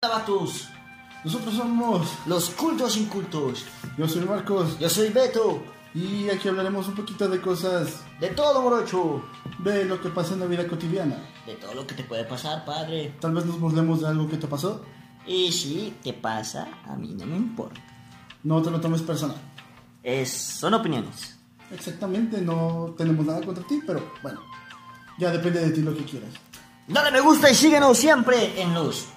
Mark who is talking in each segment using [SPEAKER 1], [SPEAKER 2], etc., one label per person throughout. [SPEAKER 1] Tabatus.
[SPEAKER 2] Nosotros somos.
[SPEAKER 1] Los cultos incultos.
[SPEAKER 2] Yo soy Marcos
[SPEAKER 1] Yo soy Beto.
[SPEAKER 2] y aquí hablaremos un poquito de cosas
[SPEAKER 1] De todo, morocho.
[SPEAKER 2] de lo que pasa en la vida cotidiana.
[SPEAKER 1] De todo lo que te puede pasar, padre.
[SPEAKER 2] Tal vez nos burlemos de algo que te pasó.
[SPEAKER 1] Y si te pasa, a mí no me importa.
[SPEAKER 2] No te lo tomes personal.
[SPEAKER 1] Es, son opiniones.
[SPEAKER 2] Exactamente, no tenemos nada contra ti, pero bueno, ya depende de ti lo que quieras.
[SPEAKER 1] Dale me gusta y síguenos siempre en los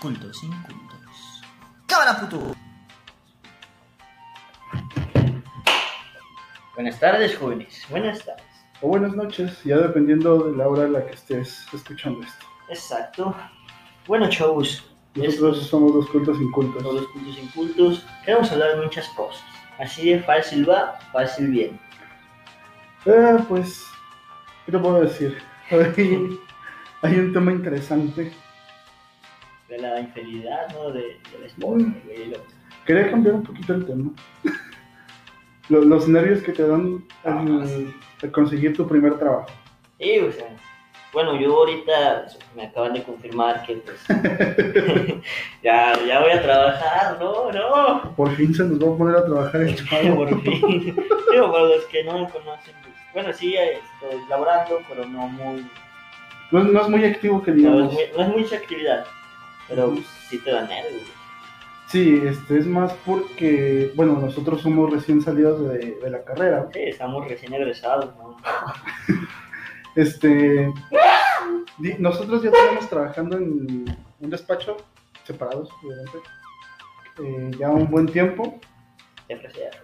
[SPEAKER 1] cultos incultos. ¡Cámara, puto! Buenas tardes, jóvenes. Buenas tardes.
[SPEAKER 2] O buenas noches, ya dependiendo de la hora en la que estés escuchando esto.
[SPEAKER 1] Exacto. Bueno, chavos.
[SPEAKER 2] Nosotros somos los cultos
[SPEAKER 1] todos
[SPEAKER 2] incultos.
[SPEAKER 1] los cultos incultos, queremos hablar de muchas cosas. Así de fácil va, fácil bien.
[SPEAKER 2] Eh, pues, ¿qué te puedo decir? Hay, hay un tema interesante.
[SPEAKER 1] De la infidelidad, ¿no? De, de la esposa,
[SPEAKER 2] Mm.
[SPEAKER 1] güey, lo-
[SPEAKER 2] Quería cambiar un poquito el tema. Lo- los nervios que te dan al, al conseguir tu primer trabajo.
[SPEAKER 1] Sí, o sea, bueno, yo ahorita me acaban de confirmar que pues ya, ya voy a trabajar, no, no.
[SPEAKER 2] Por fin se nos va a poner a trabajar el chavo.
[SPEAKER 1] Por fin. Digo, para los que no me conocen, pues, bueno, sí, estoy laborando, pero no muy,
[SPEAKER 2] No, es- no es muy activo que
[SPEAKER 1] no es,
[SPEAKER 2] digamos.
[SPEAKER 1] muy- no es mucha actividad, pero pues, sí te da nervios.
[SPEAKER 2] Sí, este es más porque, bueno, nosotros somos recién salidos de, de la carrera.
[SPEAKER 1] Sí, estamos recién egresados, ¿no?
[SPEAKER 2] Este, di- nosotros ya estamos trabajando en un despacho, separados, obviamente, eh, ya un buen tiempo,
[SPEAKER 1] Te ofrecieron.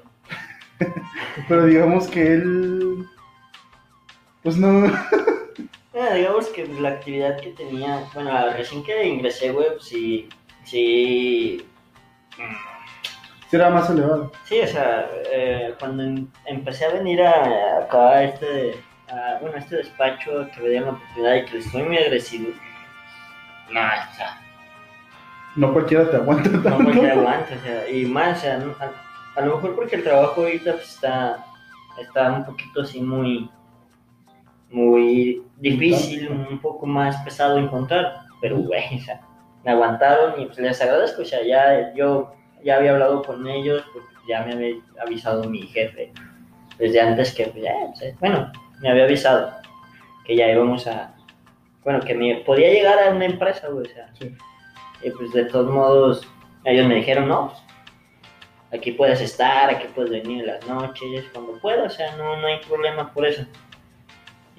[SPEAKER 2] pero digamos que él, pues no,
[SPEAKER 1] Bueno, digamos que la actividad que tenía, bueno, recién que ingresé, güey, pues, sí, sí, mm,
[SPEAKER 2] sí era más elevado.
[SPEAKER 1] sí, o sea, eh, cuando em- empecé a venir a, acá a este, a, bueno, a este despacho que me dieron la oportunidad y que estoy muy agresivo, no, o sea,
[SPEAKER 2] No cualquiera te aguanta tanto.
[SPEAKER 1] no me aguanto, o sea, y más, o sea, no- a, a lo mejor porque el trabajo ahorita pues, está, está un poquito así muy, muy difícil, un poco más pesado encontrar, pero güey, o sea, me aguantaron y pues, les agradezco, o sea, ya yo ya había hablado con ellos, porque ya me había avisado mi jefe, desde antes que, pues, ya, o sea, bueno, me había avisado que ya íbamos a, bueno, que me podía llegar a una empresa, güey, o sea,
[SPEAKER 2] Sí.
[SPEAKER 1] y pues de todos modos, ellos me dijeron, no, pues, aquí puedes estar, aquí puedes venir en las noches, cuando puedas, o sea, no, no hay problema por eso.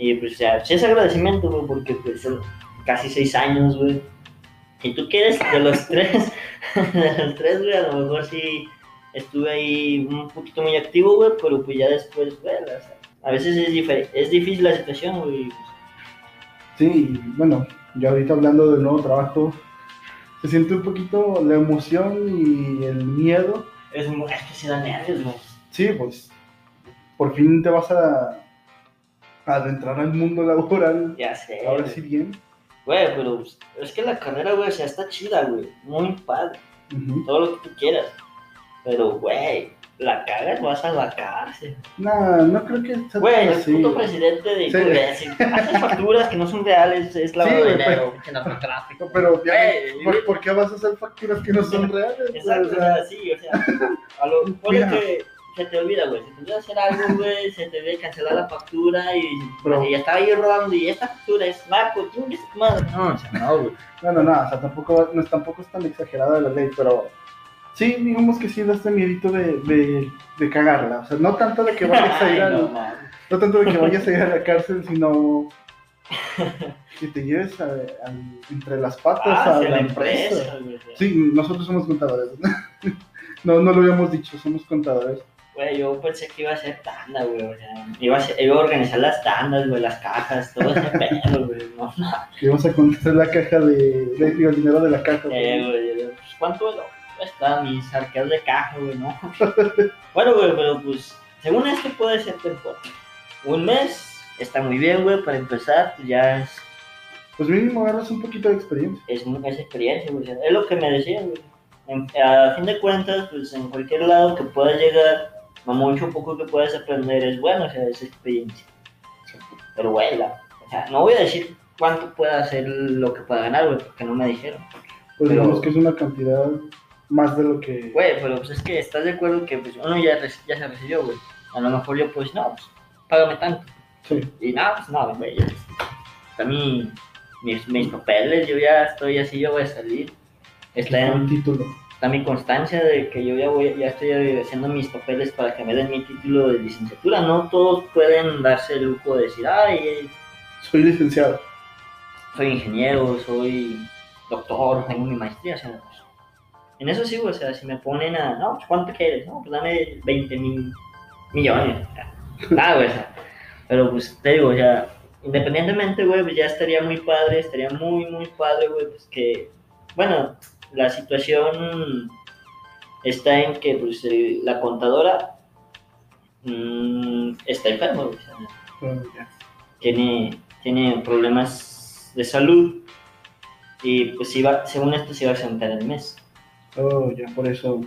[SPEAKER 1] Y pues, o sea, sí es agradecimiento, güey, porque pues son casi seis años, güey. Y tú quieres de los tres, de los tres, güey, a lo mejor sí estuve ahí un poquito muy activo, güey, pero pues ya después, güey, o sea, a veces es, difer- es difícil la situación, güey. y, pues,
[SPEAKER 2] Sí, y bueno, ya ahorita hablando del nuevo trabajo, se siente un poquito la emoción y el miedo.
[SPEAKER 1] Es, mu- es que se da nervios, güey.
[SPEAKER 2] Sí, pues por fin te vas a, a adentrar al mundo laboral.
[SPEAKER 1] Ya sé.
[SPEAKER 2] Ahora
[SPEAKER 1] güey.
[SPEAKER 2] sí bien.
[SPEAKER 1] Güey, pero pues, es que la carrera, güey, o sea, está chida, güey. Muy padre.
[SPEAKER 2] Ujú.
[SPEAKER 1] Todo lo que tú quieras. Pero, güey, la cagas, vas a la cárcel.
[SPEAKER 2] Nah, no creo que sea
[SPEAKER 1] Güey, el
[SPEAKER 2] así.
[SPEAKER 1] puto presidente de
[SPEAKER 2] Sí.
[SPEAKER 1] Corea, si haces facturas que no son reales, es lavado
[SPEAKER 2] Sí,
[SPEAKER 1] de
[SPEAKER 2] güey,
[SPEAKER 1] dinero. pinche narcotráfico.
[SPEAKER 2] Pero obviamente,
[SPEAKER 1] Güey,
[SPEAKER 2] ¿por, por qué vas a hacer facturas que no son reales?
[SPEAKER 1] Exacto,
[SPEAKER 2] O
[SPEAKER 1] o
[SPEAKER 2] sea,
[SPEAKER 1] sea, sí, o sea, a lo mejor es
[SPEAKER 2] Mira.
[SPEAKER 1] que se te olvida, güey. Se te olvida hacer algo, güey, se te debe cancelar la factura y,
[SPEAKER 2] Bro.
[SPEAKER 1] y ya estaba yo rodando y esta factura es marco, chingues tu madre. No, o sea, no, güey.
[SPEAKER 2] Bueno, nada, o sea, tampoco, va- no, es- tampoco es tan exagerada la ley, pero sí, digamos que sí da este miedito de, de, de cagarla. O sea, no tanto de que vayas a
[SPEAKER 1] Ay,
[SPEAKER 2] ir al-
[SPEAKER 1] no, mames.
[SPEAKER 2] no tanto de que vayas a ir a la cárcel, sino que te lleves a- al- entre las patas
[SPEAKER 1] Ah,
[SPEAKER 2] a
[SPEAKER 1] se
[SPEAKER 2] la
[SPEAKER 1] la
[SPEAKER 2] empresa.
[SPEAKER 1] empresa, güey.
[SPEAKER 2] Sí, nosotros somos contadores. no, no lo habíamos dicho, somos contadores.
[SPEAKER 1] Güey, yo pensé que iba a ser tanda, güey. O sea, iba a, ser- iba a organizar las tandas, güey, las cajas, todo ese pedo, güey. No, no,
[SPEAKER 2] Que íbamos a contar la caja de, de- digo, el dinero de la caja.
[SPEAKER 1] eh,
[SPEAKER 2] güey.
[SPEAKER 1] güey. yo, pues, ¿Cuánto lo- está mis arqueos de caja, güey, no? bueno, güey, pero pues, según esto puede ser temporal. Un mes está muy bien, güey, para empezar, pues ya es,
[SPEAKER 2] Pues mínimo agarras un poquito de experiencia.
[SPEAKER 1] es, mu- es experiencia, güey. o sea, es lo que me decían, güey. En- a fin de cuentas, pues en cualquier lado que puedas llegar, lo mucho o poco que puedas aprender es bueno, o sea, es experiencia. Pero, güey, la- o sea, no voy a decir cuánto pueda hacer lo que pueda ganar, güey, porque no me dijeron.
[SPEAKER 2] Pues
[SPEAKER 1] Pero-
[SPEAKER 2] digamos que es una cantidad más de lo que.
[SPEAKER 1] Güey, pero pues es que estás de acuerdo que pues, uno ya, reci- ya se recibió, güey. A lo mejor yo, pues no, pues págame tanto.
[SPEAKER 2] Sí.
[SPEAKER 1] Y nada, pues no, güey. ya, Está mi, mis, mis papeles, yo ya estoy así, yo voy a salir. Está
[SPEAKER 2] Un
[SPEAKER 1] en
[SPEAKER 2] título.
[SPEAKER 1] está mi constancia de que yo ya voy, ya estoy haciendo mis papeles para que me den mi título de licenciatura. No todos pueden darse el lujo de decir, ay,
[SPEAKER 2] Soy licenciado.
[SPEAKER 1] soy ingeniero, soy doctor, tengo mi maestría. O sea, pues, en eso sí, güey, o sea, si me ponen a, no, pues, ¿cuánto quieres? No, pues dame 20 mil millones. Nada, güey, o sea, pero pues te digo, o sea, independientemente, güey, pues ya estaría muy padre, estaría muy, muy padre, güey, pues que, bueno, la situación está en que, pues, el- la contadora mm, está enferma, güey, o sea,
[SPEAKER 2] Bueno, ya.
[SPEAKER 1] tiene, tiene problemas de salud y pues iba, según esto se iba a sentar el mes.
[SPEAKER 2] Oh, ya, por eso,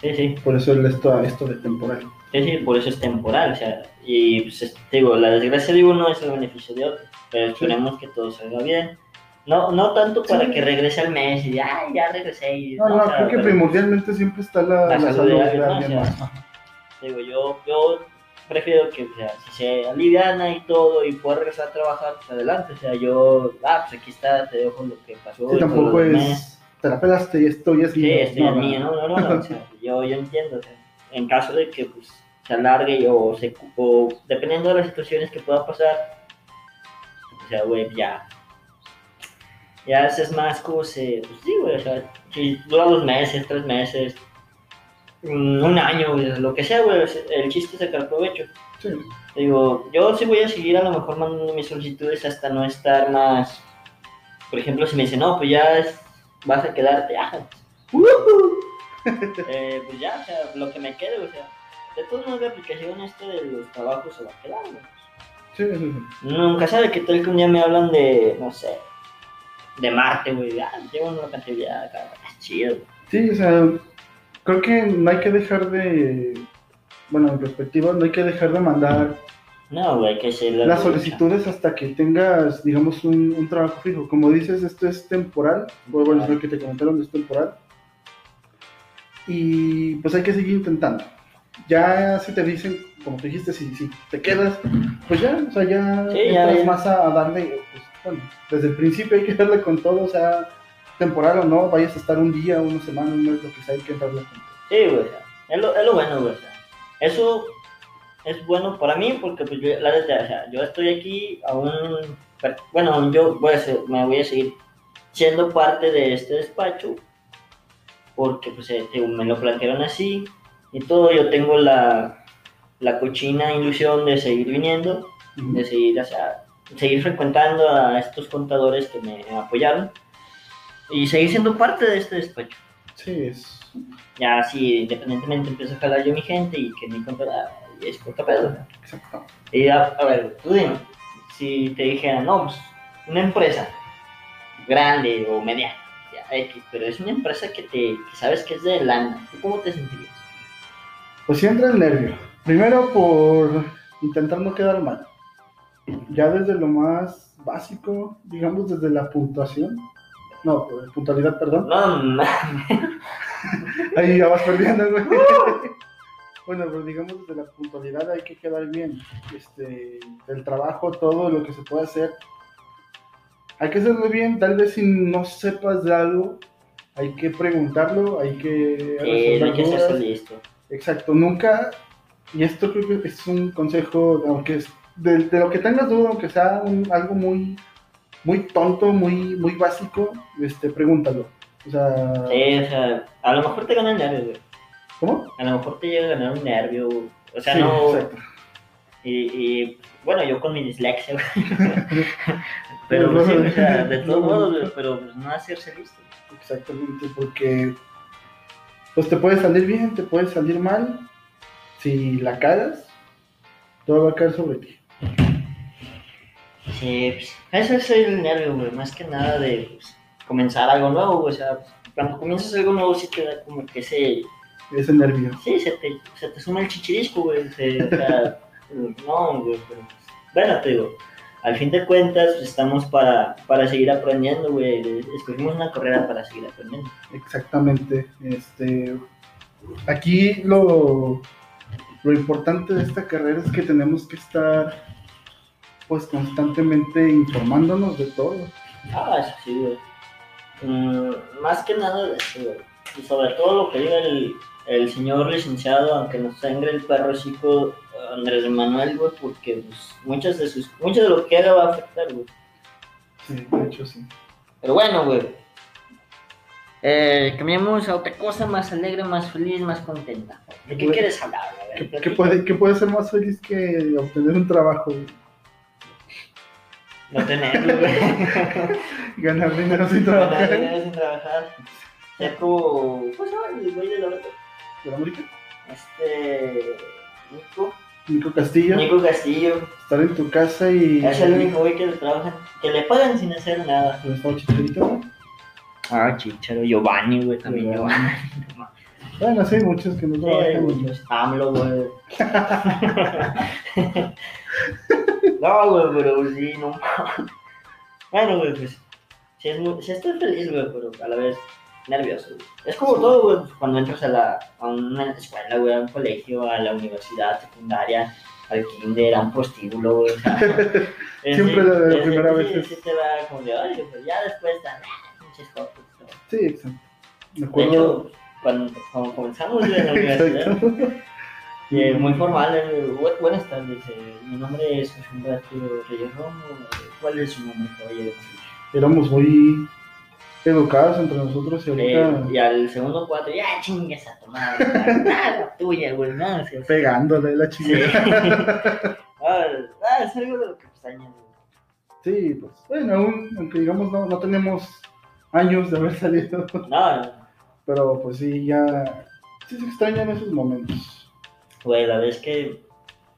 [SPEAKER 1] Sí, sí,
[SPEAKER 2] por eso el esto, esto de temporal.
[SPEAKER 1] sí, sí, por eso es temporal, o sea, y pues es- te digo, la desgracia de uno es el beneficio de otro, pero esperemos que todo salga bien. No, no tanto para
[SPEAKER 2] Sí.
[SPEAKER 1] que regrese al mes y ya, ya regresé. Y,
[SPEAKER 2] No,
[SPEAKER 1] no,
[SPEAKER 2] no,
[SPEAKER 1] o sea,
[SPEAKER 2] creo que
[SPEAKER 1] pero-
[SPEAKER 2] primordialmente siempre está la,
[SPEAKER 1] La
[SPEAKER 2] la
[SPEAKER 1] salud
[SPEAKER 2] salud
[SPEAKER 1] de
[SPEAKER 2] de
[SPEAKER 1] alguien más,
[SPEAKER 2] alguien
[SPEAKER 1] ya.
[SPEAKER 2] más. Ajá.
[SPEAKER 1] Digo, yo, yo prefiero que o sea, si se aliviana y todo y pueda regresar a trabajar, pues adelante. O sea, yo, ah, pues aquí está, te dejo lo que pasó.
[SPEAKER 2] Sí,
[SPEAKER 1] y todo
[SPEAKER 2] tampoco
[SPEAKER 1] lo demás.
[SPEAKER 2] es. Te la pelaste y esto ya es
[SPEAKER 1] Sí,
[SPEAKER 2] mío.
[SPEAKER 1] este
[SPEAKER 2] No,
[SPEAKER 1] es
[SPEAKER 2] no.
[SPEAKER 1] mío, no, no, no, no, o sea, yo, yo entiendo, o sea, en caso de que pues, se alargue o, se, cu- o dependiendo de las situaciones que pueda pasar, o sea, güey, ya, ya haces más cosas, eh, pues sí, güey, o sea, si dura dos meses, tres meses, mm, un año, güey, lo que sea, güey, o sea, el chiste es sacar provecho.
[SPEAKER 2] Sí.
[SPEAKER 1] Digo, yo sí voy a seguir a lo mejor mandando mis solicitudes hasta no estar más. Por ejemplo, si me dicen, no, pues ya es- vas a quedarte, ah, eh, pues ya, o sea, lo que me quede, o sea, de todos modos la aplicación esta de los trabajos se va a quedar, güey.
[SPEAKER 2] Sí, sí, sí.
[SPEAKER 1] Nunca sabe que tal que un día me hablan de, no sé, de Marte, güey, ah, llevo una cantidad, cabrón, ah, chido.
[SPEAKER 2] Sí, o sea, creo que no hay que dejar de, bueno, en perspectiva, no hay que dejar de mandar
[SPEAKER 1] No, güey, que se la...
[SPEAKER 2] las solicitudes hasta que tengas, digamos, un, un trabajo fijo. Como dices, esto es temporal, bueno, bueno, es lo que te comentaron, es temporal. Y pues hay que seguir intentando. Ya si te dicen, como tú dijiste, si, si te quedas, pues ya, o sea, ya
[SPEAKER 1] Sí, ya,
[SPEAKER 2] entras
[SPEAKER 1] ya.
[SPEAKER 2] más a, a darle, pues, bueno, desde el principio hay que darle con todo, o sea, temporal o no, vayas a estar un día, una semana, un mes, lo que sea, hay que darle con todo.
[SPEAKER 1] Sí, güey, o sea, es lo, es lo bueno, güey, o sea, eso es bueno para mí porque pues yo, la neta, o sea, yo estoy aquí aún, per- bueno, yo voy a ser- me voy a seguir siendo parte de este despacho porque pues eh, digo, me lo plantearon así y todo, yo tengo la, la cochina ilusión de seguir viniendo, de seguir, o sea, seguir frecuentando a estos contadores que me apoyaron y seguir siendo parte de este despacho
[SPEAKER 2] Sí, es.
[SPEAKER 1] ya así independientemente empiezo a jalar yo mi gente y que mi contra y es puta pedo.
[SPEAKER 2] Exacto.
[SPEAKER 1] Y a, a ver, tú dime, si te dijeran, no, pues, una empresa grande o mediana, ya, X, pero es una empresa que te que sabes que es de lana, ¿tú cómo te sentirías?
[SPEAKER 2] Pues sí entra el nervio. Primero por intentar no quedar mal. Ya desde lo más básico, digamos desde la puntuación. No, eh, puntualidad, perdón.
[SPEAKER 1] No, ma-
[SPEAKER 2] Ahí ya vas perdiendo, güey. Bueno, pero digamos desde la puntualidad hay que quedar bien. Este, el trabajo, todo lo que se puede hacer. Hay que hacerlo bien, tal vez si no sepas de algo, hay que preguntarlo, hay que
[SPEAKER 1] eh, no hay
[SPEAKER 2] resolver
[SPEAKER 1] que
[SPEAKER 2] dudas.
[SPEAKER 1] ser listo.
[SPEAKER 2] Exacto, nunca, y esto creo que es un consejo, aunque es de, de lo que tengas duda, aunque sea un- algo muy, muy tonto, muy, muy básico, este, pregúntalo. O sea,
[SPEAKER 1] Sí, o sea, a lo mejor te gana el nervio, güey.
[SPEAKER 2] ¿cómo?
[SPEAKER 1] A lo mejor te llega a ganar un nervio, o sea,
[SPEAKER 2] Sí,
[SPEAKER 1] no...
[SPEAKER 2] exacto.
[SPEAKER 1] Y, y, bueno, yo con mi dislexia, güey. pero
[SPEAKER 2] No, no,
[SPEAKER 1] sí,
[SPEAKER 2] no.
[SPEAKER 1] o sea, de todos
[SPEAKER 2] No, no.
[SPEAKER 1] modos, güey, pero pues, no hacerse listo.
[SPEAKER 2] Exactamente, porque pues te puede salir bien, te puede salir mal, si la cagas, todo va a caer sobre ti.
[SPEAKER 1] Sí, pues, ese es el nervio, güey, más que nada de pues, comenzar algo nuevo, güey, o sea, pues, cuando comienzas algo nuevo sí te da como que ese,
[SPEAKER 2] Ese nervio.
[SPEAKER 1] sí, se te, se te suma el chichirisco, güey, se- o sea, no, güey, pero pues, bueno, te digo, al fin de cuentas estamos para, para seguir aprendiendo, güey. Escogimos una carrera para seguir aprendiendo.
[SPEAKER 2] Exactamente. Este, aquí lo, lo importante de esta carrera es que tenemos que estar pues constantemente informándonos de todo.
[SPEAKER 1] Ah, eso sí, güey. Mm, más que nada de eso, güey. Y sobre todo lo que diga el, el señor licenciado, aunque nos sangre el perro chico Andrés Manuel, güey, porque pues, muchas de sus, mucho de lo que haga va a afectar, güey.
[SPEAKER 2] Sí, de hecho sí.
[SPEAKER 1] Pero bueno, güey. Eh, cambiamos a otra cosa más alegre, más feliz, más contenta. ¿De qué
[SPEAKER 2] Güey.
[SPEAKER 1] quieres hablar? A ver,
[SPEAKER 2] ¿Qué, qué puede, qué puede ser más feliz que obtener un trabajo? güey?
[SPEAKER 1] No tenerlo, güey.
[SPEAKER 2] Ganar dinero sin
[SPEAKER 1] Ganar
[SPEAKER 2] trabajar.
[SPEAKER 1] dinero sin trabajar. Ya como. ¿Cómo se llama el güey de la banda?
[SPEAKER 2] ¿La música?
[SPEAKER 1] Este. Nico.
[SPEAKER 2] Nico Castillo,
[SPEAKER 1] Nico Castillo.
[SPEAKER 2] estar en tu casa y...
[SPEAKER 1] Es el único güey que le trabaja. Que le pagan sin hacer nada.
[SPEAKER 2] ¿Dónde está el chicharito, güey?
[SPEAKER 1] Ah, chicharo. Giovanni, güey.
[SPEAKER 2] también Giovanni. Bueno, sí, hay muchos que no
[SPEAKER 1] Eh,
[SPEAKER 2] trabajan. güey.
[SPEAKER 1] AMLO, güey. no, güey, pero sí, no. bueno, güey, pues. Sí, es muy, sí estoy feliz, güey, pero a la vez nervioso. güey. Es como todo, güey, pues, cuando entras a, la, a una escuela, güey, a un colegio, a la universidad secundaria, al kinder, a un postíbulo, güey. o sea, es-
[SPEAKER 2] Siempre la- la
[SPEAKER 1] es-
[SPEAKER 2] primera
[SPEAKER 1] sí,
[SPEAKER 2] vez
[SPEAKER 1] sí,
[SPEAKER 2] es-
[SPEAKER 1] sí te va como de, oye, pues ya después están, ah, pinches cosas. ¿no?
[SPEAKER 2] Sí, exacto. Me
[SPEAKER 1] De
[SPEAKER 2] acuerdo.
[SPEAKER 1] hecho, cuando, cuando comenzamos güey, en la universidad,
[SPEAKER 2] Exacto.
[SPEAKER 1] eh, muy formal, eh, bu- buenas tardes. eh, mi nombre es José Humberto Reyes Romo. eh, ¿Cuál es su nombre, caballero?
[SPEAKER 2] Éramos muy educados entre nosotros y
[SPEAKER 1] Eh,
[SPEAKER 2] ahorita
[SPEAKER 1] y al segundo cuatro, ya chingues a tu madre, nada tuya, güey, nada. sí, sí.
[SPEAKER 2] pegándole la chingada.
[SPEAKER 1] Ah, ah, es algo de lo que extrañas, güey.
[SPEAKER 2] Sí, pues bueno, aún, aunque digamos no, no tenemos años de haber salido,
[SPEAKER 1] No,
[SPEAKER 2] pero pues sí, ya sí se extrañan esos momentos.
[SPEAKER 1] güey, la vez que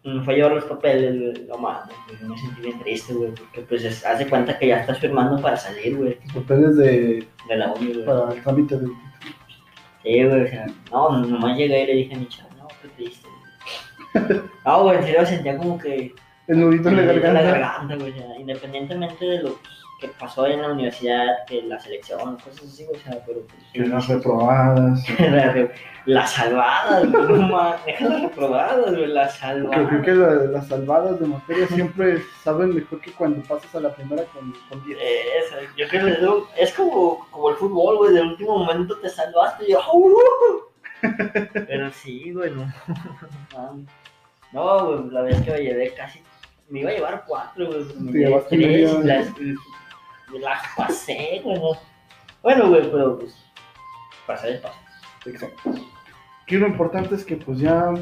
[SPEAKER 1] mm, fue a llevar los papeles, güey, no mames, güey, me sentí bien triste, güey, porque pues es- hace cuenta que ya estás firmando para salir, güey,
[SPEAKER 2] Los papeles de,
[SPEAKER 1] de la uni, güey.
[SPEAKER 2] para el trámite de...
[SPEAKER 1] Sí, güey, o sea, no, nomás llegué y le dije a mi chavo, no, qué triste. güey". No, güey, en serio sentía como que
[SPEAKER 2] El nudito en la
[SPEAKER 1] me dolía la
[SPEAKER 2] garganta.
[SPEAKER 1] garganta, güey, o sea, independientemente de lo que pasó en la universidad, que la selección, cosas así, güey, o sea, pero pues,
[SPEAKER 2] Que las reprobadas.
[SPEAKER 1] la re- las salvadas, güey, no mames, deja las reprobadas, güey, las
[SPEAKER 2] Creo, creo
[SPEAKER 1] salvadas.
[SPEAKER 2] que la- las salvadas de materia siempre saben mejor que cuando pasas a la primera con, con 10.
[SPEAKER 1] Eh, eso, yo creo que les digo, es como, como el fútbol, güey, del último momento te salvaste y yo, "Uh". Pero sí, güey, no. mames. No, güey, la vez que me llevé casi, me iba a llevar cuatro, güey, pero me
[SPEAKER 2] Te
[SPEAKER 1] llevé
[SPEAKER 2] llevaste
[SPEAKER 1] tres y
[SPEAKER 2] medio.
[SPEAKER 1] las, y las pasé, güey. no. Bueno, güey, pero pues, pasé de paso.
[SPEAKER 2] Exacto. Aquí lo importante es que pues ya,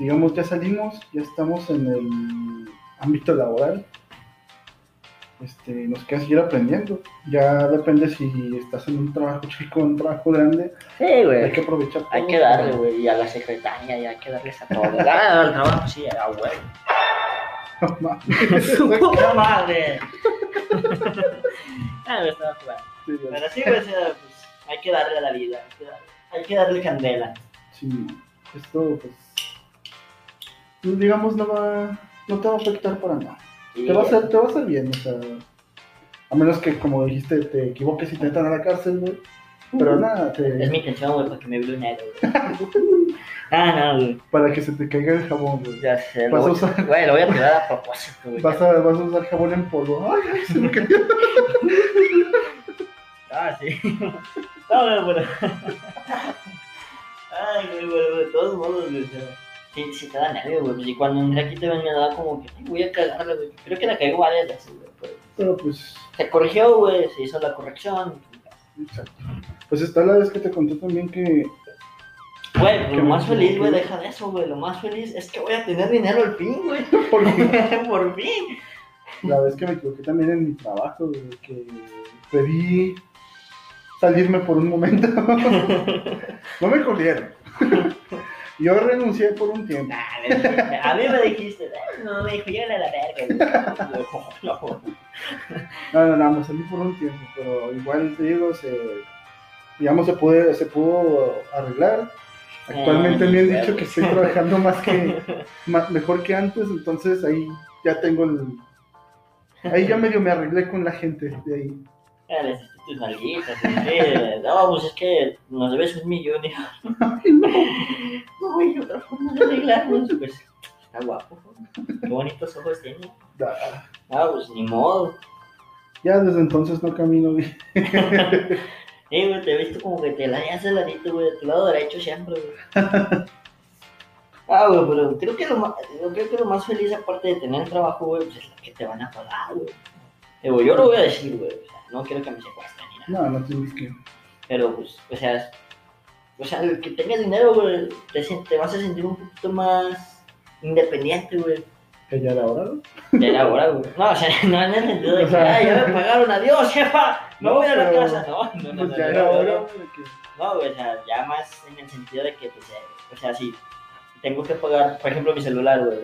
[SPEAKER 2] digamos, ya salimos, ya estamos en el ámbito laboral. Este, nos queda seguir aprendiendo. Ya depende si estás en un trabajo chico o un trabajo grande.
[SPEAKER 1] Sí,
[SPEAKER 2] Hay
[SPEAKER 1] güey.
[SPEAKER 2] que aprovechar.
[SPEAKER 1] Hay
[SPEAKER 2] todo.
[SPEAKER 1] que darle, güey, y a la secretaria, y hay que darles a todo. Ah, al trabajo, sí, a huevo.
[SPEAKER 2] No mames.
[SPEAKER 1] ¡Su puta madre! ah, me estaba jugando.
[SPEAKER 2] Sí, ya.
[SPEAKER 1] Pero sí, güey, o sea, pues, hay que darle a la vida. hay que darle- Hay que darle candela.
[SPEAKER 2] Sí, esto pues, pues, digamos, no va, no te va a afectar para nada.
[SPEAKER 1] Y,
[SPEAKER 2] Te va a hacer, te va a hacer bien, o sea, a menos que como dijiste, te equivoques y te metan a la cárcel, güey. Pero nada, te,
[SPEAKER 1] Es mi intención, güey, para que me vea negro, güey. ah, no, güey.
[SPEAKER 2] para que se te caiga el jabón, güey.
[SPEAKER 1] Ya sé, lo
[SPEAKER 2] Vas a
[SPEAKER 1] voy,
[SPEAKER 2] usar-
[SPEAKER 1] güey, lo voy a tirar a propósito, güey.
[SPEAKER 2] Vas a, vas a usar jabón en polvo. Ay, ay, se me cayó.
[SPEAKER 1] Ah, sí. no, güey, pero... Ay, güey, güey, güey, de todos modos, güey, o sea, sí, sí te da nervio, güey. pues, Y cuando entré aquí te ven, me daba como que "Ay, voy a cagarla, güey. Creo que la cagó varias veces, güey, pero...
[SPEAKER 2] Pero pues,
[SPEAKER 1] Se corrigió, güey, se hizo la corrección.
[SPEAKER 2] exacto. Pues está la vez que te conté también que
[SPEAKER 1] Güey, pues,
[SPEAKER 2] Qué
[SPEAKER 1] lo más
[SPEAKER 2] bueno.
[SPEAKER 1] feliz, güey, deja de eso, güey. Lo más feliz es que voy a tener dinero al fin, güey.
[SPEAKER 2] por mí,
[SPEAKER 1] Por fin.
[SPEAKER 2] la vez que me equivoqué también en mi trabajo, güey, que pedí salirme por un momento. No me corrieron. Yo renuncié por un tiempo.
[SPEAKER 1] Nah, me dijiste- a mí me dijiste, "Eh, no, me dijo, llévale a la verga. güey". No, no.
[SPEAKER 2] No, no, no, me salí por un tiempo, pero igual te digo, se, digamos, se, puede, se pudo arreglar. Actualmente
[SPEAKER 1] Ah,
[SPEAKER 2] me han
[SPEAKER 1] claro.
[SPEAKER 2] dicho que estoy trabajando más que, ma- mejor que antes, entonces ahí ya tengo el, Ahí ya medio me arreglé con la gente de ahí.
[SPEAKER 1] Ya les diste tus nalguitas. sí. No, pues es que nos debes un millón. y- No hay otra forma de arreglarnos. Pues está guapo. Qué bonitos ojos tiene.
[SPEAKER 2] Da.
[SPEAKER 1] Ah, pues ni modo.
[SPEAKER 2] Ya desde entonces no camino bien.
[SPEAKER 1] Eh, güey, te he visto como que te la hayas el ladito, güey, de tu lado derecho siempre, güey. Ah, güey, pero creo que, lo más, creo que lo más feliz, aparte de tener el trabajo, güey, pues es lo que te van a pagar, güey. Digo, yo lo voy a decir, güey, o sea, no quiero que me secuestren ni nada.
[SPEAKER 2] No, no tienes que.
[SPEAKER 1] Pero, pues, o sea, es- o sea, el que tengas dinero, güey, te, sien- te vas a sentir un poquito más independiente, güey,
[SPEAKER 2] Que ya era hora. ¿no?
[SPEAKER 1] de la hora, güey. No, o sea, no en el sentido de
[SPEAKER 2] O
[SPEAKER 1] que,
[SPEAKER 2] sea-
[SPEAKER 1] "Ay, ya me pagaron, adiós, jefa, me
[SPEAKER 2] No,
[SPEAKER 1] voy a la
[SPEAKER 2] pero-
[SPEAKER 1] casa. No, no, no,
[SPEAKER 2] Pues
[SPEAKER 1] no, no,
[SPEAKER 2] ya era
[SPEAKER 1] no, no.
[SPEAKER 2] hora. güey, de que-
[SPEAKER 1] No, o sea, ya más en el sentido de que, pues, eh, o sea, si tengo que pagar, por ejemplo, mi celular, güey,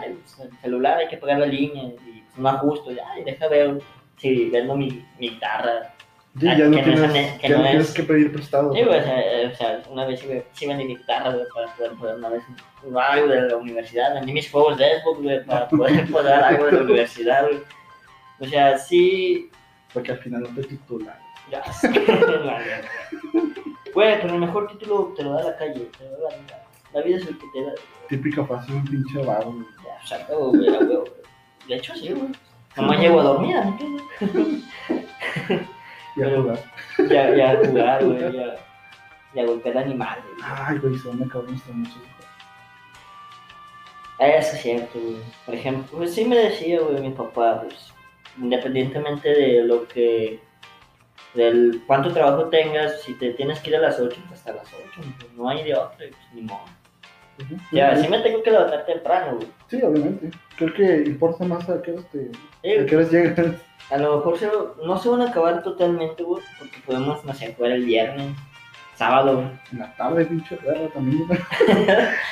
[SPEAKER 1] ay, pues, el celular hay que pagar la línea, y pues, no ajusto, y, ay, deja ver si vendo mi, mi guitarra.
[SPEAKER 2] Sí,
[SPEAKER 1] Ah,
[SPEAKER 2] ya no
[SPEAKER 1] que no es
[SPEAKER 2] tienes
[SPEAKER 1] ane-
[SPEAKER 2] que,
[SPEAKER 1] que
[SPEAKER 2] no
[SPEAKER 1] no
[SPEAKER 2] tienes
[SPEAKER 1] es-
[SPEAKER 2] que pedir prestado.
[SPEAKER 1] Sí, güey, o sea, eh, o sea, una vez sí, me- sí vendí mi guitarra, güey, para poder poner una vez un- algo de la universidad, vendí mis juegos de Xbox, güey, para poder pagar algo de la universidad, güey. O sea, sí,
[SPEAKER 2] Porque al final no te titulan.
[SPEAKER 1] Ya sé. Güey, pero el mejor título te lo da la calle, te lo da la vida. La vida es el que te da.
[SPEAKER 2] Típica frase de un pinche vago. güey.
[SPEAKER 1] Ya, o sea, todo, güey, a huevo, güey. De hecho, sí, güey. Nomás llego a dormir, ¿no? ¿Qué?
[SPEAKER 2] Y a
[SPEAKER 1] Pero-
[SPEAKER 2] jugar.
[SPEAKER 1] Ya, ya a jugar, güey, ya. Ya golpear al animal, güey.
[SPEAKER 2] Ay, güey, se me cabrón esta música.
[SPEAKER 1] Eso es cierto, güey. Por ejemplo, pues sí me decía, güey, mi papá, pues, independientemente de lo que, del cuánto trabajo tengas, si te tienes que ir a las 8, pues, hasta las 8, pues, no hay de otra, y, pues, ni modo.
[SPEAKER 2] Ujú.
[SPEAKER 1] Ya, sí me tengo que levantar temprano, güey.
[SPEAKER 2] Sí, obviamente. Creo que importa más a qué horas te.
[SPEAKER 1] Sí,
[SPEAKER 2] A qué horas llegas.
[SPEAKER 1] A lo mejor se- no se van a acabar totalmente, güey, porque podemos, no sé, jugar el viernes, sábado, güey.
[SPEAKER 2] En la tarde, pinche perra también. güey.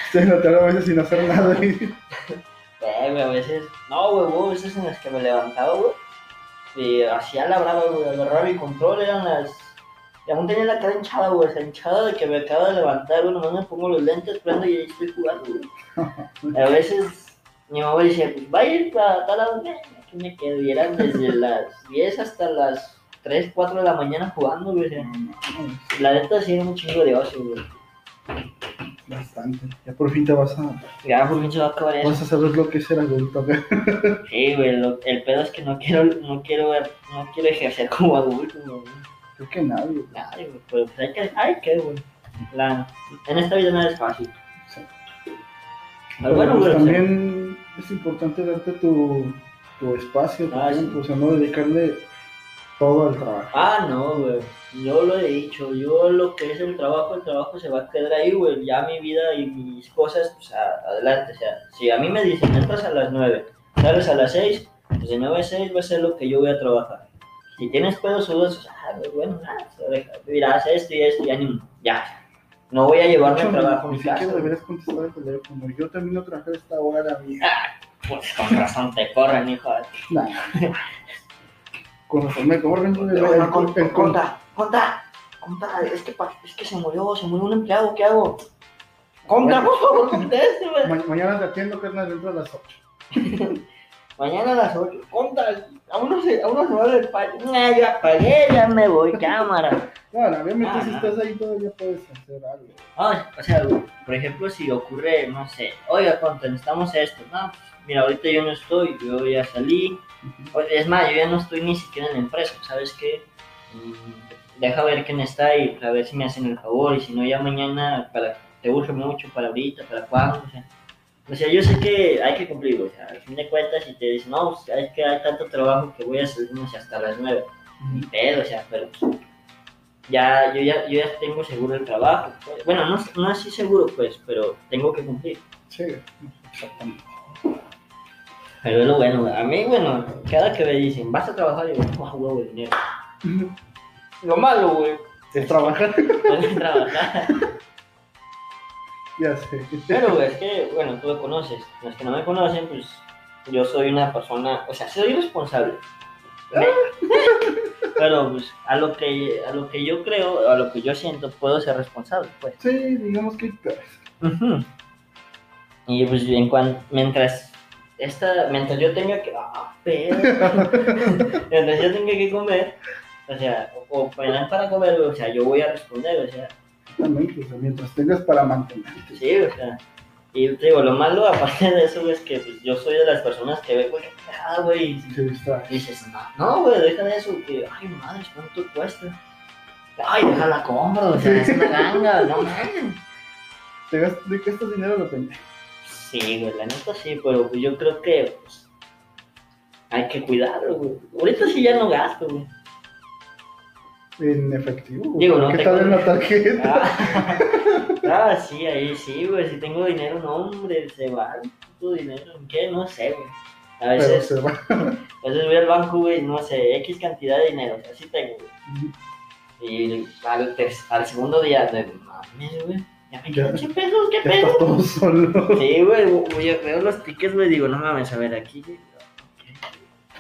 [SPEAKER 2] Estoy en la tarde a veces sin hacer nada. güey.
[SPEAKER 1] Eh, güey, a veces, no, güey, hubo veces en las que me levantaba, güey, y hacía la brava, güey, agarraba mi control, eran las... Y aún tenía la cara hinchada, güey, esa hinchada de que me acabo de levantar, güey, nomás me pongo los lentes, prendo y ahí estoy jugando, güey. A veces mi mamá decía, pues, va a ir para tal lado, "Nah, aquí me quedo, y eran desde las 10 hasta las 3, 4 de la mañana jugando, güey, o sea,
[SPEAKER 2] No, mames,
[SPEAKER 1] La neta sí era un chingo de ocio, güey.
[SPEAKER 2] Bastante. Ya por fin te vas a.
[SPEAKER 1] Ya por fin se va a acabar eso.
[SPEAKER 2] Vas a saber lo que es ser adulto. güey.
[SPEAKER 1] Sí, güey, lo- el pedo es que no quiero, no quiero, no quiero ejercer como adulto, güey.
[SPEAKER 2] Creo que nadie.
[SPEAKER 1] Ay, güey, pero pues hay que, hay que, güey. La- en esta vida nada es fácil.
[SPEAKER 2] Sí.
[SPEAKER 1] Pero
[SPEAKER 2] Pero
[SPEAKER 1] bueno,
[SPEAKER 2] pues
[SPEAKER 1] güey, o
[SPEAKER 2] también es importante darte tu, tu espacio, tu
[SPEAKER 1] Ah, sí.
[SPEAKER 2] tiempo, o sea, no dedicarle todo al
[SPEAKER 1] sea,
[SPEAKER 2] trabajo.
[SPEAKER 1] ah, no, güey. Yo lo he dicho, yo lo que es el trabajo, el trabajo se va a quedar ahí, güey. Ya mi vida y mis cosas, pues a- adelante. O sea, si a mí me dicen, entras a las 9, sales a las 6, pues de 9 a 6 va a ser lo que yo voy a trabajar. Si tienes pedos o dudas, ah, pues, bueno, nada, o sea, deja- mira, haz esto y esto y ánimo. Ya. No voy a llevarme
[SPEAKER 2] De
[SPEAKER 1] el
[SPEAKER 2] hecho,
[SPEAKER 1] trabajo a
[SPEAKER 2] ni
[SPEAKER 1] mi
[SPEAKER 2] siquiera
[SPEAKER 1] casa. güey.
[SPEAKER 2] deberías contestar el teléfono. Yo termino de trabajar esta hora la mía.
[SPEAKER 1] Pues con razón te corren, hijo.
[SPEAKER 2] Nah. Con razón me corren, güey.
[SPEAKER 1] Pero
[SPEAKER 2] El,
[SPEAKER 1] bueno, con-
[SPEAKER 2] el-
[SPEAKER 1] Conta, conta, conta, es que, pa- es que se murió, se murió un empleado, ¿qué hago? Conta, por favor, conteste, güey.
[SPEAKER 2] ma- mañana te atiendo, carnal, dentro de las 8.
[SPEAKER 1] Mañana a las 8, conta, a uno se, a uno se va del payo. Nah, eh, ya pagué, ya me voy, cámara.
[SPEAKER 2] No, obviamente
[SPEAKER 1] Ah,
[SPEAKER 2] si
[SPEAKER 1] no.
[SPEAKER 2] estás ahí todavía puedes hacer algo.
[SPEAKER 1] Ah, o sea, güey, por ejemplo, si ocurre, no sé, oiga, conta, necesitamos esto, no, pues, mira, ahorita yo no estoy, yo ya salí, O- es más, yo ya no estoy ni siquiera en la empresa, ¿sabes qué? Mm, Deja ver quién está y pues, a ver si me hacen el favor y si no ya mañana para te urge mucho, para ahorita, para cuándo, o sea. O sea, yo sé que hay que cumplir, o sea, al fin de cuentas si te dicen, no, pues, es que hay tanto trabajo que voy a salir no sé, hasta las nueve, ni pedo, o sea, pero pues, ya, yo ya, yo ya tengo seguro el trabajo, pues. bueno, no, no así seguro pues, pero tengo que cumplir.
[SPEAKER 2] Sí, exactamente.
[SPEAKER 1] Pero es lo bueno, güey. a mí, bueno, cada que me dicen, vas a trabajar, yo, wow, huevo, dinero. Lo malo, güey,
[SPEAKER 2] Es trabajar,
[SPEAKER 1] es trabajar.
[SPEAKER 2] ya sé.
[SPEAKER 1] Pero, güey, es que, bueno, tú me conoces. Los que no me conocen, pues, yo soy una persona, o sea, soy responsable. Ah. Pero, pues, a lo que, a lo que yo creo, a lo que yo siento, puedo ser responsable, pues.
[SPEAKER 2] Sí, digamos que.
[SPEAKER 1] Y, pues, en cuan- mientras esta, mientras yo tenga que, ah, pero, mientras yo tenga que comer, o sea, o, o me dan para comer, o sea, yo voy a responder, o sea, pues
[SPEAKER 2] Exactamente, o sea, mientras tengas para mantenerte.
[SPEAKER 1] sí, o sea, y te digo, lo malo aparte de eso es que pues, yo soy de las personas que ve, güey, ah, güey,
[SPEAKER 2] Se distrae.
[SPEAKER 1] dices, no, no, güey, deja de eso, que, ay, madre, ¿cuánto cuesta? Ay, déjala compro, o sea, es una ganga, no mames.
[SPEAKER 2] Te gastas, de que gastas dinero lo pendejo.
[SPEAKER 1] Sí, güey, la neta sí, pero pues, yo creo que pues, hay que cuidarlo, güey. Ahorita sí ya no gasto, güey.
[SPEAKER 2] En efectivo.
[SPEAKER 1] Digo, no
[SPEAKER 2] ¿Qué
[SPEAKER 1] te
[SPEAKER 2] tal en la
[SPEAKER 1] conviene.
[SPEAKER 2] tarjeta?
[SPEAKER 1] Ah, ah, sí, ahí sí, güey. Si tengo dinero, no, hombre, se va el puto dinero. ¿En qué? No sé, güey. A
[SPEAKER 2] Pero
[SPEAKER 1] veces,
[SPEAKER 2] se va.
[SPEAKER 1] a veces voy al banco, güey, no sé, X cantidad de dinero, o sea, sí tengo, güey. Y al, ter- al segundo día, de mames, güey. Ya me quedan 100 pesos, ¿qué
[SPEAKER 2] Ya estás
[SPEAKER 1] pedo?
[SPEAKER 2] todo solo.
[SPEAKER 1] Sí, güey, güey, yo veo los tickets, güey, digo, no mames, a ver, aquí. güey,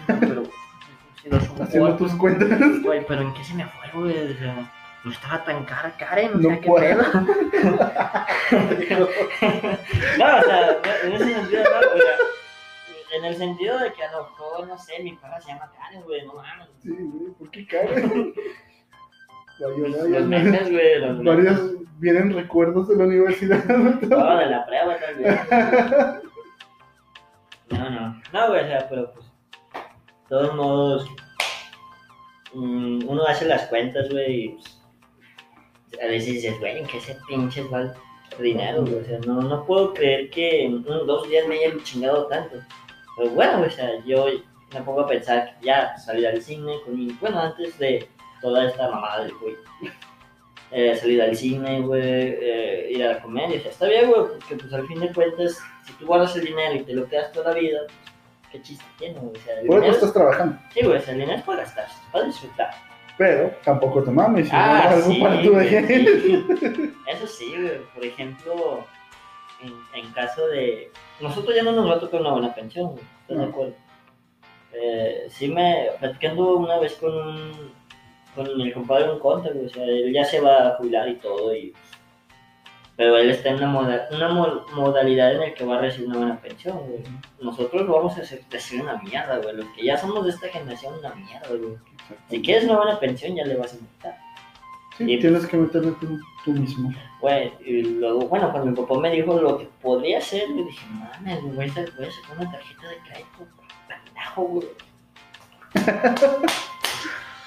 [SPEAKER 1] No, pero. Si los
[SPEAKER 2] Haciendo tus cuentas.
[SPEAKER 1] Güey, pero ¿en qué se me fue, güey? O sea, no estaba tan cara, Karen, o
[SPEAKER 2] No
[SPEAKER 1] sea, qué
[SPEAKER 2] puedo.
[SPEAKER 1] pedo. No, o sea, no- en ese sentido, no, o sea, en el sentido de que a lo mejor, no sé, mi perra se llama Karen, güey, no mames.
[SPEAKER 2] Sí, güey, ¿por qué cagas?
[SPEAKER 1] Los memes, güey, los memes.
[SPEAKER 2] Varios vienen recuerdos de la universidad.
[SPEAKER 1] No, de la prueba tal vez. No, no. No, güey, o sea, pero pues. De todos modos. mm, uno hace las cuentas, güey. y, pues, a veces dices, güey, ¿en qué se pinches va el dinero, güey? O sea, no, no puedo creer que en unos dos días me hayan chingado tanto. Pero bueno, o sea, yo me pongo a pensar que ya salir al cine con mi. Bueno, antes de toda esta mamada del güey. Eh, salir al cine, güey, eh, ir a comer, y, o sea, está bien, güey, porque pues al fin de cuentas, si tú guardas el dinero y te lo quedas toda la vida, pues, qué chiste tiene, güey, o sea, el
[SPEAKER 2] Por
[SPEAKER 1] dinero,
[SPEAKER 2] eso pues estás trabajando.
[SPEAKER 1] sí, güey, o sea, el dinero es para gastar, es para disfrutar.
[SPEAKER 2] Pero tampoco te mames. si
[SPEAKER 1] Ah,
[SPEAKER 2] no, algo
[SPEAKER 1] sí,
[SPEAKER 2] para tu
[SPEAKER 1] güey,
[SPEAKER 2] vejez.
[SPEAKER 1] sí. Eso sí, güey, por ejemplo, en, en caso de... Nosotros ya no nos va a tocar una buena pensión, güey, ¿estás
[SPEAKER 2] No.
[SPEAKER 1] de acuerdo? Eh, sí me... Platicando una vez con un... Con el compadre de un contra, güey, o sea, él ya se va a jubilar y todo, y... Pero él está en una, moda- una mo- modalidad en la que va a recibir una buena pensión, güey. Nosotros vamos a ser, a ser una mierda, güey. Los que ya somos de esta generación, una mierda, güey. Si quieres una buena pensión, ya le vas a invitar.
[SPEAKER 2] Sí, tienes que meterle tú, tú mismo.
[SPEAKER 1] Güey, y luego, bueno, cuando mi papá me dijo lo que podría hacer, yo dije, mames, güey, voy a sac- voy a sacar una tarjeta de crédito, pendejo, güey.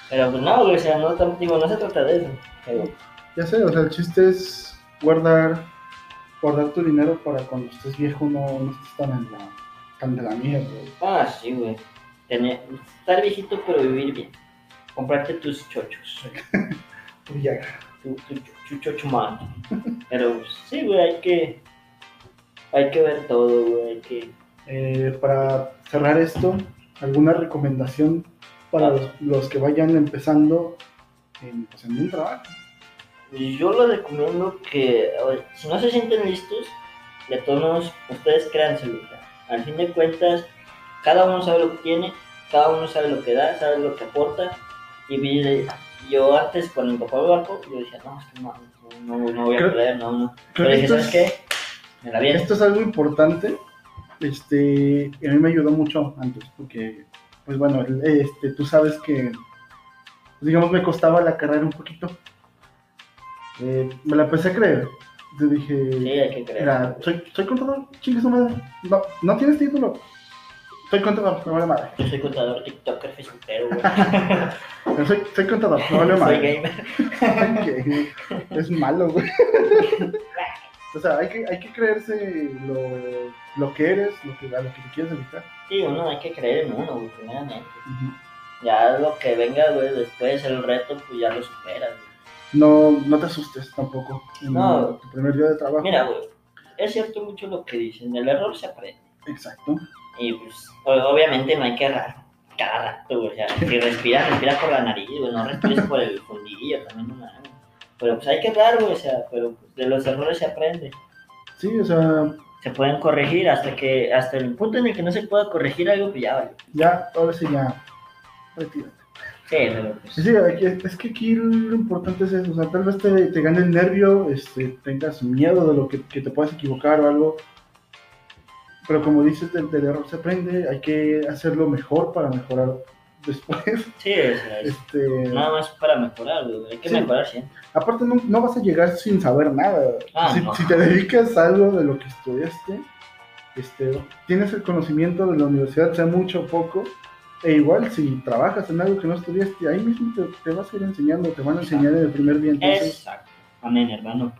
[SPEAKER 1] Pero pues no, güey, o sea, no, tam- digo, no se trata de eso. Pero,
[SPEAKER 2] Ya sé, o sea, el chiste es guardar guardar tu dinero para cuando estés viejo no, no estés tan, en la, tan de la mierda. güey.
[SPEAKER 1] ah, sí, güey. Tener- Estar viejito, pero vivir bien. Comprarte tus chochos.
[SPEAKER 2] Tú ya.
[SPEAKER 1] Tu, tu, tu chocho man. Pero pues, sí, güey, hay que. Hay que ver todo, güey, hay que.
[SPEAKER 2] Eh, para cerrar esto, ¿alguna recomendación para los, los que vayan empezando en, pues, en un trabajo?
[SPEAKER 1] Yo les recomiendo que, a ver, si no se sienten listos, de todos modos, ustedes créanselo. o sea, Al fin de cuentas, cada uno sabe lo que tiene, cada uno sabe lo que da, sabe lo que aporta. Y vi- yo antes, cuando mi papá me barco, yo decía, no, es que no, no, no, no voy a
[SPEAKER 2] Creo-
[SPEAKER 1] perder, no, no.
[SPEAKER 2] Creo
[SPEAKER 1] Pero
[SPEAKER 2] que
[SPEAKER 1] dije,
[SPEAKER 2] esto
[SPEAKER 1] ¿sabes
[SPEAKER 2] es-
[SPEAKER 1] qué? Me la viene.
[SPEAKER 2] Esto es algo importante. Este, a mí me ayudó mucho antes, porque, pues bueno, el- este, tú sabes que, pues, digamos, me costaba la carrera un poquito. Eh, me la empecé a creer. Yo dije,
[SPEAKER 1] Sí, hay que creer.
[SPEAKER 2] mira, soy, soy contador, chingue su madre. No, no tienes título. Soy contador, me vale madre.
[SPEAKER 1] Yo soy contador, tiktoker, facebookero, güey.
[SPEAKER 2] Yo Soy, soy contador, me vale
[SPEAKER 1] soy
[SPEAKER 2] madre.
[SPEAKER 1] gamer.
[SPEAKER 2] Que es malo, güey. O sea, hay que, hay que creerse lo, lo que eres, lo que, a lo que te quieres dedicar.
[SPEAKER 1] Sí, uno hay que creer en uno, güey, primeramente. Ya lo que venga, güey, después el reto, pues ya lo superas, güey.
[SPEAKER 2] No, no te asustes tampoco. en
[SPEAKER 1] No.
[SPEAKER 2] Tu primer día de trabajo.
[SPEAKER 1] Mira, güey, es cierto mucho lo que dicen, el error se aprende.
[SPEAKER 2] Exacto.
[SPEAKER 1] Y pues, o- obviamente no hay que errar cada rato, güey. O sea, si respiras, respira por la nariz, güey, no respires por el fundillo, también no mames. Pero pues hay que errar, güey, o sea, pero pues, de los errores se aprende.
[SPEAKER 2] Sí, o sea,
[SPEAKER 1] Se pueden corregir hasta que, hasta el punto en el que no se pueda corregir algo, pues ya, vale.
[SPEAKER 2] ya, ahora sí ya. Retírate.
[SPEAKER 1] Sí, pero pues,
[SPEAKER 2] Sí, aquí- es que aquí lo importante es eso. O sea, tal vez te, te gane el nervio, este, tengas miedo de lo que, que te puedas equivocar o algo. Pero como dices, del, del error se aprende, hay que hacerlo mejor para mejorar después.
[SPEAKER 1] Sí, o sea, es
[SPEAKER 2] Este,
[SPEAKER 1] nada más para mejorar, güey. Hay que
[SPEAKER 2] Sí.
[SPEAKER 1] mejorar siempre.
[SPEAKER 2] Aparte, no, no vas a llegar sin saber nada.
[SPEAKER 1] Ah,
[SPEAKER 2] si,
[SPEAKER 1] no.
[SPEAKER 2] si te dedicas a algo de lo que estudiaste, este, tienes el conocimiento de la universidad, sea mucho o poco, e igual si trabajas en algo que no estudiaste, ahí mismo te, te vas a ir enseñando, te van a enseñar en el primer día, entonces
[SPEAKER 1] Exacto. Amén, hermano.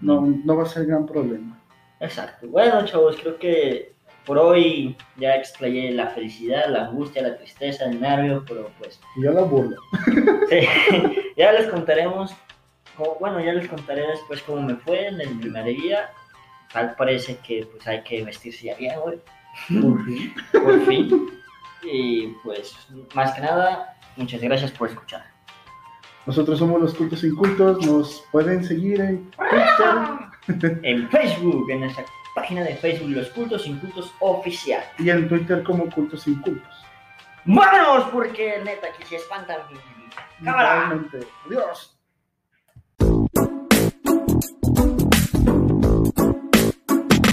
[SPEAKER 2] no, no va a ser gran problema.
[SPEAKER 1] Exacto. Bueno, chavos, creo que por hoy ya explayé la felicidad, la angustia, la tristeza, el nervio, pero pues
[SPEAKER 2] Y yo la burla.
[SPEAKER 1] Sí, ya les contaremos, cómo- bueno, ya les contaré después cómo me fue en el primer día. Tal parece que pues hay que vestirse ya bien, güey, por fin. Y pues, más que nada, muchas gracias por escuchar.
[SPEAKER 2] Nosotros somos los cultos incultos, nos pueden seguir en Twitter
[SPEAKER 1] ¡Ah! En Facebook, en nuestra página de Facebook, Los Cultos Incultos Oficial.
[SPEAKER 2] y en Twitter como cultos incultos.
[SPEAKER 1] ¡Vámonos! Porque neta, que se espantan. ¡Cámara!
[SPEAKER 2] Realmente. Adiós.